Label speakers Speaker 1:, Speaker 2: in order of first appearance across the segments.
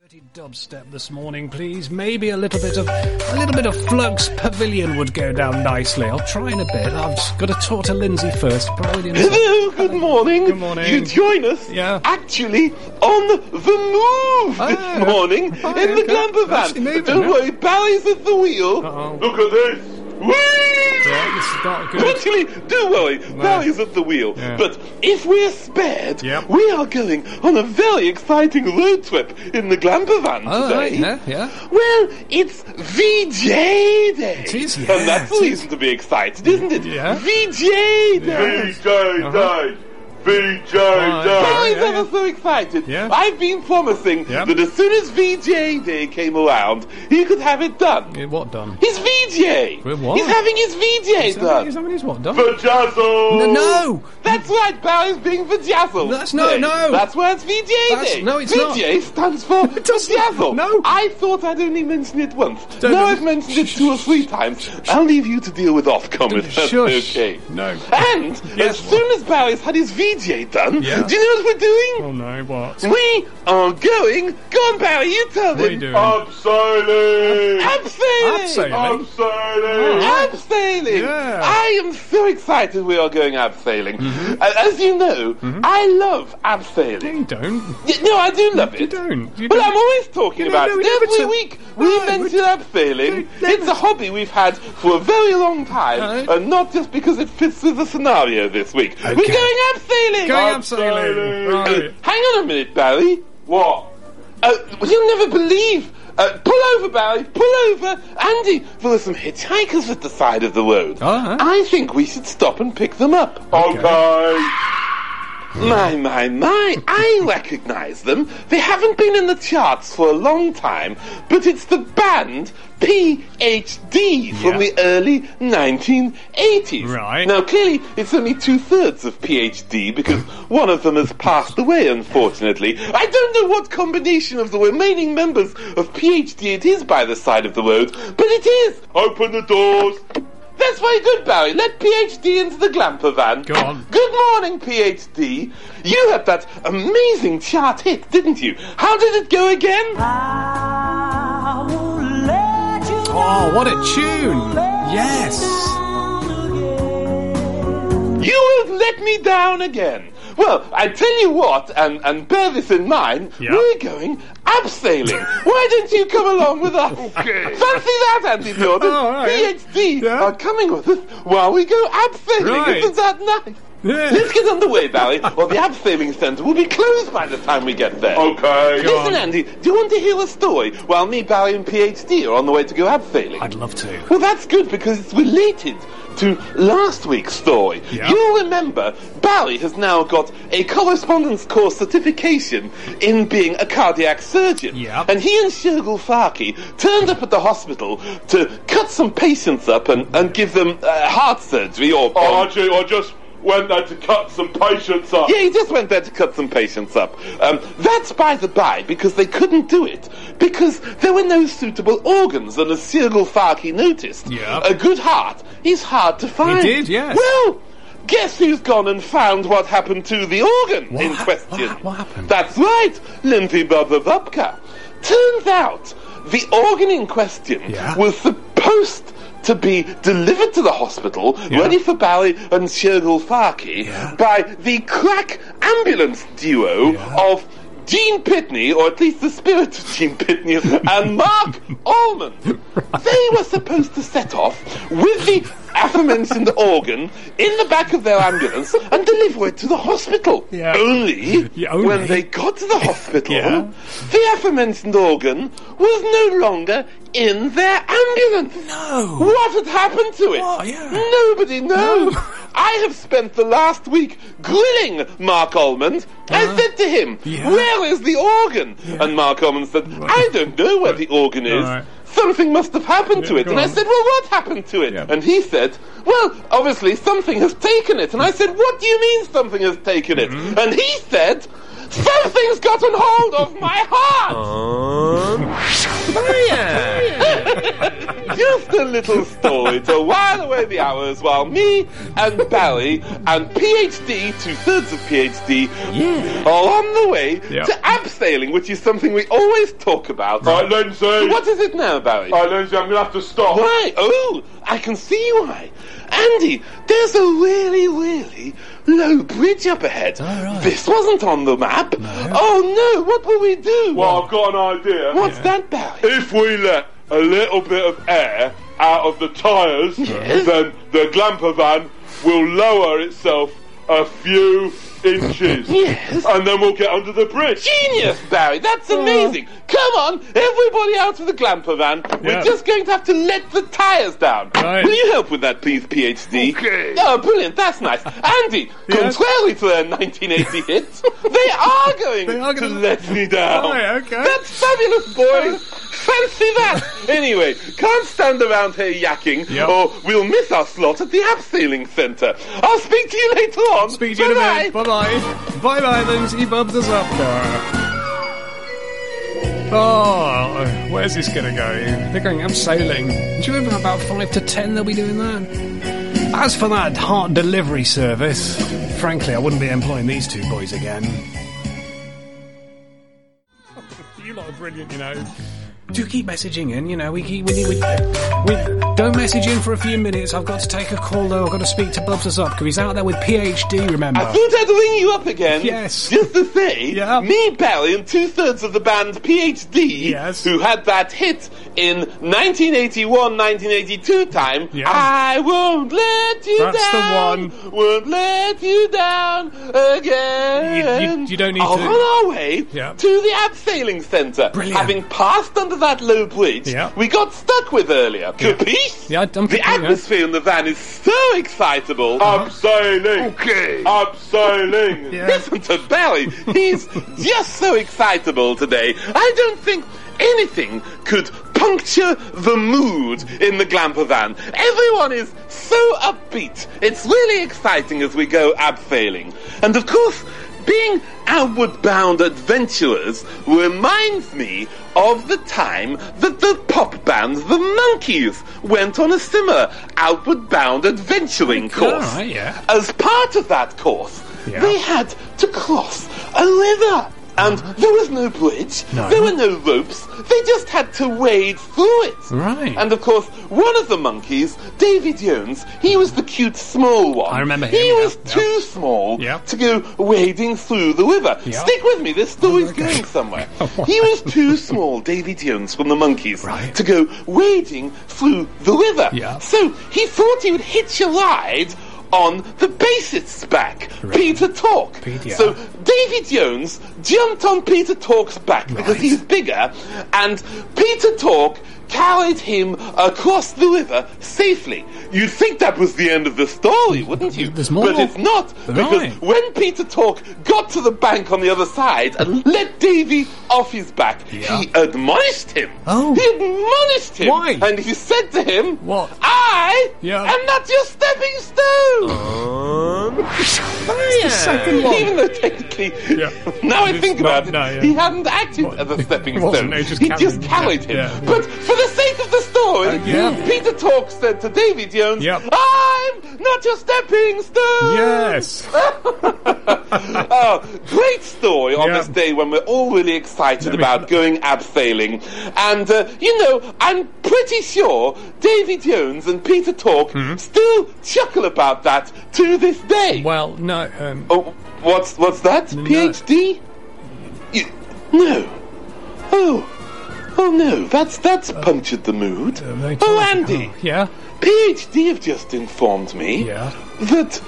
Speaker 1: Pretty dubstep this morning, please. Maybe a little bit of a little bit of Flux Pavilion would go down nicely. I'll try in a bit. I've just got to talk to Lindsay first. Pavilion.
Speaker 2: Hello, good morning.
Speaker 1: Good morning.
Speaker 2: You join us
Speaker 1: Yeah.
Speaker 2: actually on the move
Speaker 1: Ah,
Speaker 2: this morning
Speaker 1: fine,
Speaker 2: in the
Speaker 1: okay.
Speaker 2: camper
Speaker 1: Actually
Speaker 2: van.
Speaker 1: moving,
Speaker 2: Don't
Speaker 1: yeah.
Speaker 2: worry, Barry's at the wheel.
Speaker 1: Uh-oh.
Speaker 2: Look at this. Whee!
Speaker 1: Yeah, this is not good.
Speaker 2: Actually, don't worry, Barry's at the wheel.
Speaker 1: Yeah.
Speaker 2: But if we're spared,
Speaker 1: Yep.
Speaker 2: we are going on a very exciting road trip in the camper van
Speaker 1: All
Speaker 2: today.
Speaker 1: right, yeah, yeah.
Speaker 2: Well, it's VJ Day.
Speaker 1: It is, yeah,
Speaker 2: and that's
Speaker 1: it
Speaker 2: the reason to be excited, isn't it?
Speaker 1: Yeah.
Speaker 2: VJ Day.
Speaker 3: VJ Day!
Speaker 1: Alright.
Speaker 3: VJ
Speaker 1: Alright.
Speaker 3: Day!
Speaker 2: I'm
Speaker 1: yeah,
Speaker 2: ever so excited.
Speaker 1: Yeah.
Speaker 2: I've been promising
Speaker 1: Yeah.
Speaker 2: that as soon as VJ Day came around, he could have it done.
Speaker 1: Yeah, What done?
Speaker 2: His VJ!
Speaker 1: With what?
Speaker 2: He's having his VJ done!
Speaker 1: Somebody- Somebody's what done?
Speaker 3: Vajazzle!
Speaker 1: No,
Speaker 2: That's right, Barry's being vajazzled.
Speaker 1: That's- no, no.
Speaker 2: That's where it's VJ
Speaker 1: That's-
Speaker 2: Day.
Speaker 1: no, it's
Speaker 2: VJ stands for
Speaker 1: doesn't-
Speaker 2: vajazzle.
Speaker 1: no.
Speaker 2: I thought I'd only mention it once.
Speaker 1: Don't-
Speaker 2: now I've mentioned it two or three times. I'll leave you to deal with Ofcom if that's
Speaker 1: Shush.
Speaker 2: okay.
Speaker 1: No.
Speaker 2: And
Speaker 1: Yes.
Speaker 2: as soon as Barry's had his VJ done,
Speaker 1: Yeah.
Speaker 2: do you know what we're doing?
Speaker 1: Oh no, what?
Speaker 2: We are going. Go on, Barry, you tell
Speaker 1: What are you
Speaker 2: them.
Speaker 1: doing?
Speaker 3: Abseiling!
Speaker 2: Abseiling! Um,
Speaker 1: Abseiling?
Speaker 3: Abseiling!
Speaker 2: Abseiling!
Speaker 1: Yeah.
Speaker 2: I am so excited we are going abseiling. Uh, as you know, I love abseiling.
Speaker 1: You don't.
Speaker 2: Y- No, I do love it.
Speaker 1: You don't. You
Speaker 2: But
Speaker 1: don't.
Speaker 2: I'm always talking
Speaker 1: You don't
Speaker 2: about
Speaker 1: know
Speaker 2: it.
Speaker 1: it
Speaker 2: Every
Speaker 1: ever to-
Speaker 2: week we
Speaker 1: No,
Speaker 2: mention
Speaker 1: we-
Speaker 2: abseiling.
Speaker 1: No, never.
Speaker 2: It's a hobby we've had for a very long time,
Speaker 1: No.
Speaker 2: and not just because it fits with the scenario this week. We're
Speaker 1: Okay.
Speaker 2: going abseiling!
Speaker 1: Going
Speaker 3: Abseiling.
Speaker 1: abseiling.
Speaker 2: Uh,
Speaker 1: Right.
Speaker 2: hang on a minute, Barry.
Speaker 3: What?
Speaker 2: Uh, you'll never believe. Uh, pull over, Barry. Pull over, Andy. There are some hitchhikers at the side of the road.
Speaker 1: Uh-huh.
Speaker 2: I think we should stop and pick them up.
Speaker 3: Okay.
Speaker 2: My, my, my. I recognize them. They haven't been in the charts for a long time, but it's the band PhD from
Speaker 1: Yeah.
Speaker 2: the early 1980s.
Speaker 1: Right.
Speaker 2: Now, clearly, it's only two thirds of PhD because one of them has passed away, unfortunately. I don't know what combination of the remaining members of PhD it is by the side of the road, but it is.
Speaker 3: Open the doors!
Speaker 2: That's very good, Barry. Let PhD into the glamper van.
Speaker 1: Go on.
Speaker 2: Good morning, PhD. You had that amazing chart hit, didn't you? How did it go again?
Speaker 1: Oh, what a tune! Yes.
Speaker 2: You have let me down again. Well, I tell you what, and, and bear this in mind,
Speaker 1: Yeah.
Speaker 2: we're going abseiling. Why don't you come along with us? Okay. Fancy that, Andy Jordan.
Speaker 1: Oh, all right.
Speaker 2: PhD
Speaker 1: Yeah.
Speaker 2: are coming with us while we go abseiling.
Speaker 1: Right.
Speaker 2: Isn't that nice?
Speaker 1: Yeah.
Speaker 2: Let's get underway, Barry, or the abseiling centre will be closed by the time we get there.
Speaker 3: Okay. um,
Speaker 1: Go on.
Speaker 2: Listen, Andy, do you want to hear a story while me, Barry, and PhD are on the way to go abseiling?
Speaker 1: I'd love to.
Speaker 2: Well, that's good because it's related to last week's story.
Speaker 1: Yeah.
Speaker 2: You'll remember Barry has now got a correspondence course certification in being a cardiac surgeon.
Speaker 1: Yeah.
Speaker 2: And he and Shergul Farki turned up at the hospital to cut some patients up and, and give them uh, heart surgery or.
Speaker 3: Oh,
Speaker 2: or-
Speaker 3: actually, I just went there to cut some patients up.
Speaker 2: yeah, he just went there to cut some patients up. Um, that's by the by, because they couldn't do it, because there were no suitable organs, and as Cyril Farki noticed,
Speaker 1: Yeah.
Speaker 2: a good heart is hard to find.
Speaker 1: did, yes.
Speaker 2: Well, guess who's gone and found what happened to the organ in
Speaker 1: hap-
Speaker 2: question?
Speaker 1: what hap- what happened?
Speaker 2: That's right, Lindy Bobovka. Turns out, the organ in question
Speaker 1: Yeah.
Speaker 2: was supposed to be delivered to the hospital, ready for Barry and Shergul Farki,
Speaker 1: Yeah.
Speaker 2: by the crack ambulance duo of Gene Pitney, or at least the spirit of Gene Pitney, and Mark Allman. They were supposed to set off with the aforementioned organ in the back of their ambulance and deliver it to the hospital.
Speaker 1: Yeah.
Speaker 2: Only,
Speaker 1: Yeah, only.
Speaker 2: when they got to the hospital,
Speaker 1: Yeah.
Speaker 2: the aforementioned organ was no longer in their ambulance.
Speaker 1: No.
Speaker 2: What had happened to it?
Speaker 1: Oh, yeah.
Speaker 2: Nobody knows. I have spent the last week grilling Mark Almond. I said to him,
Speaker 1: Uh-huh. Yeah.
Speaker 2: Where is the organ? And Mark Almond said, I don't know where the organ is.
Speaker 1: Right.
Speaker 2: Something must have happened to
Speaker 1: Yeah,
Speaker 2: it.
Speaker 1: go
Speaker 2: And I
Speaker 1: on.
Speaker 2: said, Well, what happened to it?
Speaker 1: Yeah.
Speaker 2: And he said, Well, obviously something has taken it. And I said, What do you mean something has taken it?
Speaker 1: Mm-hmm.
Speaker 2: And he said, Something's gotten
Speaker 1: Oh.
Speaker 2: hold of my heart!
Speaker 1: Yeah.
Speaker 2: Did just a little story to while away the hours while me and Barry and PhD, two thirds of PhD, are on the way
Speaker 4: Yeah.
Speaker 2: to abseiling, which is something we always talk about.
Speaker 3: Right, Lindsay.
Speaker 2: What is it now, Barry?
Speaker 3: Right, Lindsay, I'm gonna have to stop.
Speaker 2: Why? Oh, I can see why. Andy, there's a really, really low bridge up ahead.
Speaker 1: All right.
Speaker 2: This wasn't on the map. Oh no, what will we do?
Speaker 3: Well, I've got an idea.
Speaker 2: What's that, Barry?
Speaker 3: If we let a little bit of air out of the tyres,
Speaker 2: Yes.
Speaker 3: then the glamper van will lower itself a few inches.
Speaker 2: Yes.
Speaker 3: And then we'll get under the bridge.
Speaker 2: Genius, Barry. That's
Speaker 1: Oh.
Speaker 2: amazing. Come on, everybody out of the glamper van.
Speaker 4: Yeah.
Speaker 2: We're just going to have to let the tires down.
Speaker 4: Right.
Speaker 2: Will you help with that, please, PhD?
Speaker 4: Okay.
Speaker 2: Oh, brilliant. That's nice. Andy,
Speaker 4: Yes?
Speaker 2: contrary to their 1980 hit, they are going
Speaker 1: They are
Speaker 2: to
Speaker 1: gonna-
Speaker 2: let me down.
Speaker 4: Right, okay.
Speaker 2: That's fabulous, boys. Fancy that. anyway, can't stand around here yakking,
Speaker 4: Yep.
Speaker 2: or we'll miss our slot at the abseiling centre. I'll speak to you later on.
Speaker 1: Speak to you in a
Speaker 2: Bye-bye.
Speaker 1: minute. Bye bye. Bye bye, Lindsay. Bumped us up there. Oh, where's this going to go? They're going abseiling. Do you remember about 5 to 10 they'll be doing that? As for that heart delivery service, frankly, I wouldn't be employing these two boys again. you lot are brilliant, you know. Do keep messaging in, you know. We keep. We, need- we, we, don't message in for a few minutes. I've got to take a call, though. I've got to speak to Bubs up because he's out there with PhD, remember?
Speaker 2: I thought I'd ring you up again.
Speaker 1: Yes.
Speaker 2: Just to say,
Speaker 1: Yeah.
Speaker 2: me, Barry, and two thirds of the band PhD,
Speaker 1: Yes.
Speaker 2: who had that hit in 1981 1982 time,
Speaker 1: Yeah.
Speaker 2: I won't let you
Speaker 1: That's the
Speaker 2: down.
Speaker 1: one.
Speaker 2: Won't let you down again.
Speaker 1: You- you- you don't need
Speaker 2: Are
Speaker 1: to-
Speaker 2: on our way
Speaker 1: Yeah.
Speaker 2: to the abseiling centre.
Speaker 1: Brilliant.
Speaker 2: Having passed under that low bridge
Speaker 1: Yeah.
Speaker 2: we got stuck with earlier. Capiche?
Speaker 1: Yeah, I'm
Speaker 2: the
Speaker 1: capiche, yeah. Uh-huh.
Speaker 2: atmosphere in the van is so excitable.
Speaker 3: Abseiling. Okay. Abseiling.
Speaker 1: Yeah.
Speaker 2: Listen to Barry. He's just so excitable today. I don't think anything could puncture the mood in the glamper van. Everyone is so upbeat. It's really exciting as we go abseiling. And of course, being outward bound adventurers reminds me of the time that the pop band The Monkeys went on a similar outward bound adventuring course.
Speaker 1: All right, yeah.
Speaker 2: As part of that course,
Speaker 1: Yeah.
Speaker 2: they had to cross a river. And there was no bridge,
Speaker 1: Uh-huh. No.
Speaker 2: there were no ropes, they just had to wade through it.
Speaker 1: Right.
Speaker 2: And of course, one of the monkeys, Davy Jones, he was the cute small one.
Speaker 1: I remember him,
Speaker 2: He
Speaker 1: yeah,
Speaker 2: was
Speaker 1: yeah.
Speaker 2: too small
Speaker 1: Yeah.
Speaker 2: to go wading through the river.
Speaker 1: Yeah.
Speaker 2: Stick with me, this
Speaker 1: Oh,
Speaker 2: story's going somewhere. he was too small, Davy Jones from the monkeys,
Speaker 1: Right.
Speaker 2: to go wading through the river.
Speaker 1: Yeah.
Speaker 2: So he thought he would hitch a ride on the bassist's back, Peter Talk.
Speaker 1: Peter.
Speaker 2: So Davy Jones jumped on Peter Talk's back because he's bigger, and Peter Talk carried him across the river safely. You'd think that was the end of the story, wouldn't you?
Speaker 1: There's more.
Speaker 2: But it's not, because
Speaker 1: Right.
Speaker 2: when Peter Talk got to the bank on the other side and let Davy off his back,
Speaker 1: Mm-hmm. Yeah.
Speaker 2: he admonished him.
Speaker 1: Oh.
Speaker 2: He admonished him.
Speaker 1: Why?
Speaker 2: And he said to him,
Speaker 1: What?
Speaker 2: I
Speaker 1: Yeah. Oh.
Speaker 2: am not your stepping stone.
Speaker 1: the second one.
Speaker 2: Even though technically,
Speaker 4: Yeah.
Speaker 2: now I
Speaker 4: It's
Speaker 2: think
Speaker 4: not-
Speaker 2: about it,
Speaker 4: no, yeah.
Speaker 2: he hadn't acted as a stepping
Speaker 4: It wasn't,
Speaker 2: stone.
Speaker 4: it just
Speaker 2: he
Speaker 4: carried
Speaker 2: just
Speaker 4: him.
Speaker 2: carried him.
Speaker 4: Yeah. Uh,
Speaker 2: But for the sake of the story,
Speaker 1: yeah.
Speaker 2: Peter Talk said to Davy Jones,
Speaker 4: Yep.
Speaker 2: I'm not your stepping stone.
Speaker 4: Yes.
Speaker 2: Oh, great story on
Speaker 4: Yeah.
Speaker 2: this day when we're all really excited
Speaker 4: Let me-
Speaker 2: about going abseiling. And, uh, you know, I'm pretty sure Davy Jones and Peter Talk
Speaker 4: Hmm?
Speaker 2: still chuckle about that to this day.
Speaker 1: Well, no. Um,
Speaker 2: Oh, what's what's that? PhD? You, no. Oh, oh no. That's that's punctured the mood.
Speaker 1: Uh, they-
Speaker 2: oh, Andy,
Speaker 1: yeah.
Speaker 2: PhD have just informed me
Speaker 1: Yeah.
Speaker 2: that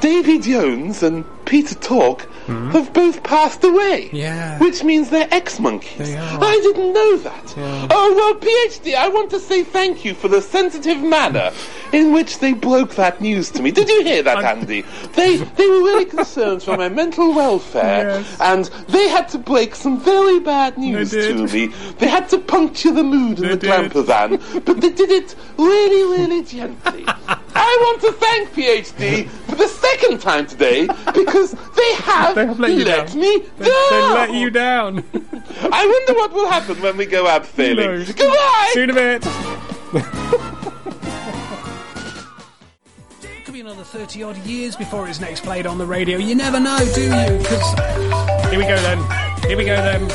Speaker 2: Davy Jones and Peter Talk have both passed away.
Speaker 1: Hmm? Yeah.
Speaker 2: Which means they're ex-monkeys.
Speaker 1: They are.
Speaker 2: I didn't know that.
Speaker 1: Yeah.
Speaker 2: Oh, well, PhD, I want to say thank you for the sensitive manner in which they broke that news to me. Did you hear that, Andy? They, they were really concerned for my mental welfare,
Speaker 1: Yes.
Speaker 2: and they had to break some very bad news
Speaker 4: did.
Speaker 2: to me. They had to puncture the mood in the
Speaker 4: did.
Speaker 2: glamper van, but they did it really, really gently. I want to thank PhD for the second time today because they have,
Speaker 4: They have let you
Speaker 2: let
Speaker 4: down.
Speaker 2: me down.
Speaker 4: They let you down.
Speaker 2: I wonder what will happen when we go abseiling.
Speaker 4: No.
Speaker 2: Goodbye.
Speaker 4: See you in a bit.
Speaker 1: It could be another 30 odd years before it's next played on the radio. You never know, do you? 'Cause- Here we go then. Here we go then.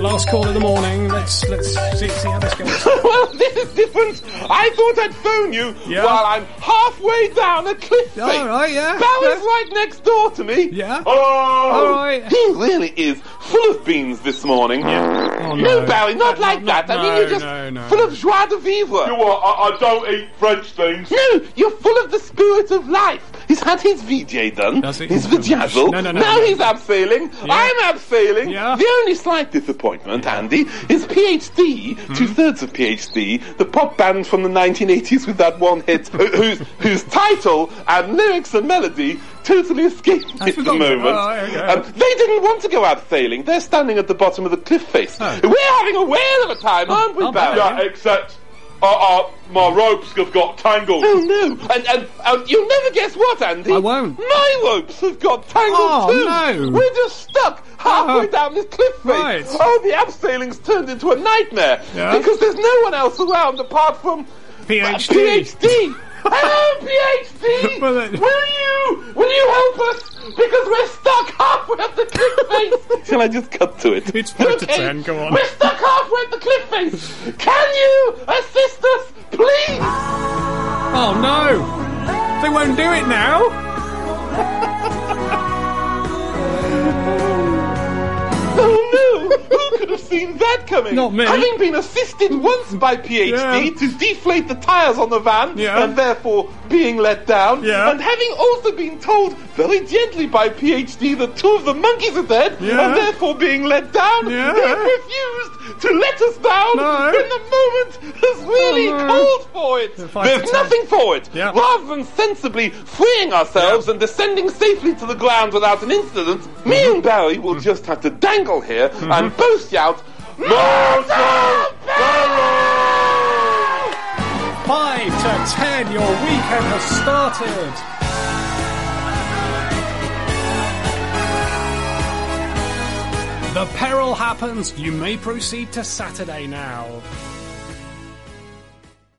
Speaker 1: Last call of the morning. Let's let's see, see how this goes.
Speaker 2: well, this is different. I thought I'd phone you
Speaker 1: Yeah.
Speaker 2: while I'm halfway down a cliff face.
Speaker 1: All right, yeah,
Speaker 2: Barry's
Speaker 1: yeah.
Speaker 2: right next door to me.
Speaker 1: Yeah.
Speaker 2: Oh,
Speaker 1: All right.
Speaker 2: He really is full of beans this morning.
Speaker 1: Oh,
Speaker 2: no.
Speaker 1: no.
Speaker 2: Barry, not
Speaker 1: No,
Speaker 2: like
Speaker 1: no,
Speaker 2: that. I mean,
Speaker 1: no,
Speaker 2: you're just
Speaker 1: no, no.
Speaker 2: full of joie de vivre.
Speaker 3: You know what? I, I don't eat French things.
Speaker 2: No, you're full of the spirit of life. He's had his VJ done,
Speaker 1: Does he?
Speaker 2: his vajazzle.
Speaker 1: No, no, no,
Speaker 2: now
Speaker 1: no.
Speaker 2: he's abseiling. I'm abseiling.
Speaker 1: Yeah.
Speaker 2: The only slight disappointment, Andy, is PhD,
Speaker 1: Hmm.
Speaker 2: two thirds of PhD, the pop band from the 1980s with that one hit, who- whose, whose title and lyrics and melody totally escaped me at the
Speaker 1: forgotten.
Speaker 2: moment.
Speaker 1: Oh, okay.
Speaker 2: Um, they didn't want to go abseiling. They're standing at the bottom of the cliff face.
Speaker 1: Oh.
Speaker 2: We're having a whale of a time, aren't we,
Speaker 1: I'll bet.
Speaker 2: Barry?
Speaker 3: Yeah, except uh, uh, my ropes have got tangled.
Speaker 2: Oh no! And, and and you'll never guess what, Andy.
Speaker 1: I won't.
Speaker 2: My ropes have got tangled
Speaker 1: Oh,
Speaker 2: too.
Speaker 1: no.
Speaker 2: We're just stuck halfway
Speaker 1: Oh.
Speaker 2: down this cliff face.
Speaker 1: Right.
Speaker 2: Oh, the abseiling's turned into a nightmare
Speaker 1: Yeah.
Speaker 2: because there's no one else around apart from uh,
Speaker 1: PhD.
Speaker 2: PhD. Hello, PhD.
Speaker 1: Well, uh, then-
Speaker 2: Will you will you help us because we're stuck halfway up the cliff face? Shall I just cut to it?
Speaker 1: It's four to ten, go on.
Speaker 2: We're stuck halfway up the cliff face. Can you assist us, please?
Speaker 1: Oh no! They won't do it now.
Speaker 2: Oh no! Who could have seen that coming?
Speaker 1: Not me.
Speaker 2: Having been assisted once by PhD
Speaker 1: Yeah.
Speaker 2: to deflate the tires on the van
Speaker 1: Yeah.
Speaker 2: and therefore being let down,
Speaker 1: Yeah.
Speaker 2: and having also been told very gently by PhD that two of the monkeys are dead
Speaker 1: Yeah.
Speaker 2: and therefore being let down,
Speaker 1: Yeah.
Speaker 2: he refused to let us down
Speaker 1: No. Oh,
Speaker 2: when the moment has really
Speaker 1: no.
Speaker 2: called for it.
Speaker 1: Five to
Speaker 2: There's
Speaker 1: ten.
Speaker 2: nothing for it.
Speaker 1: Yeah.
Speaker 2: Rather than sensibly freeing ourselves and descending safely to the ground without an incident, me and Barry will just have to dangle here and both shout, Mortal Barry!
Speaker 1: Five to ten. Your weekend has started. The peril happens. You may proceed to Saturday now.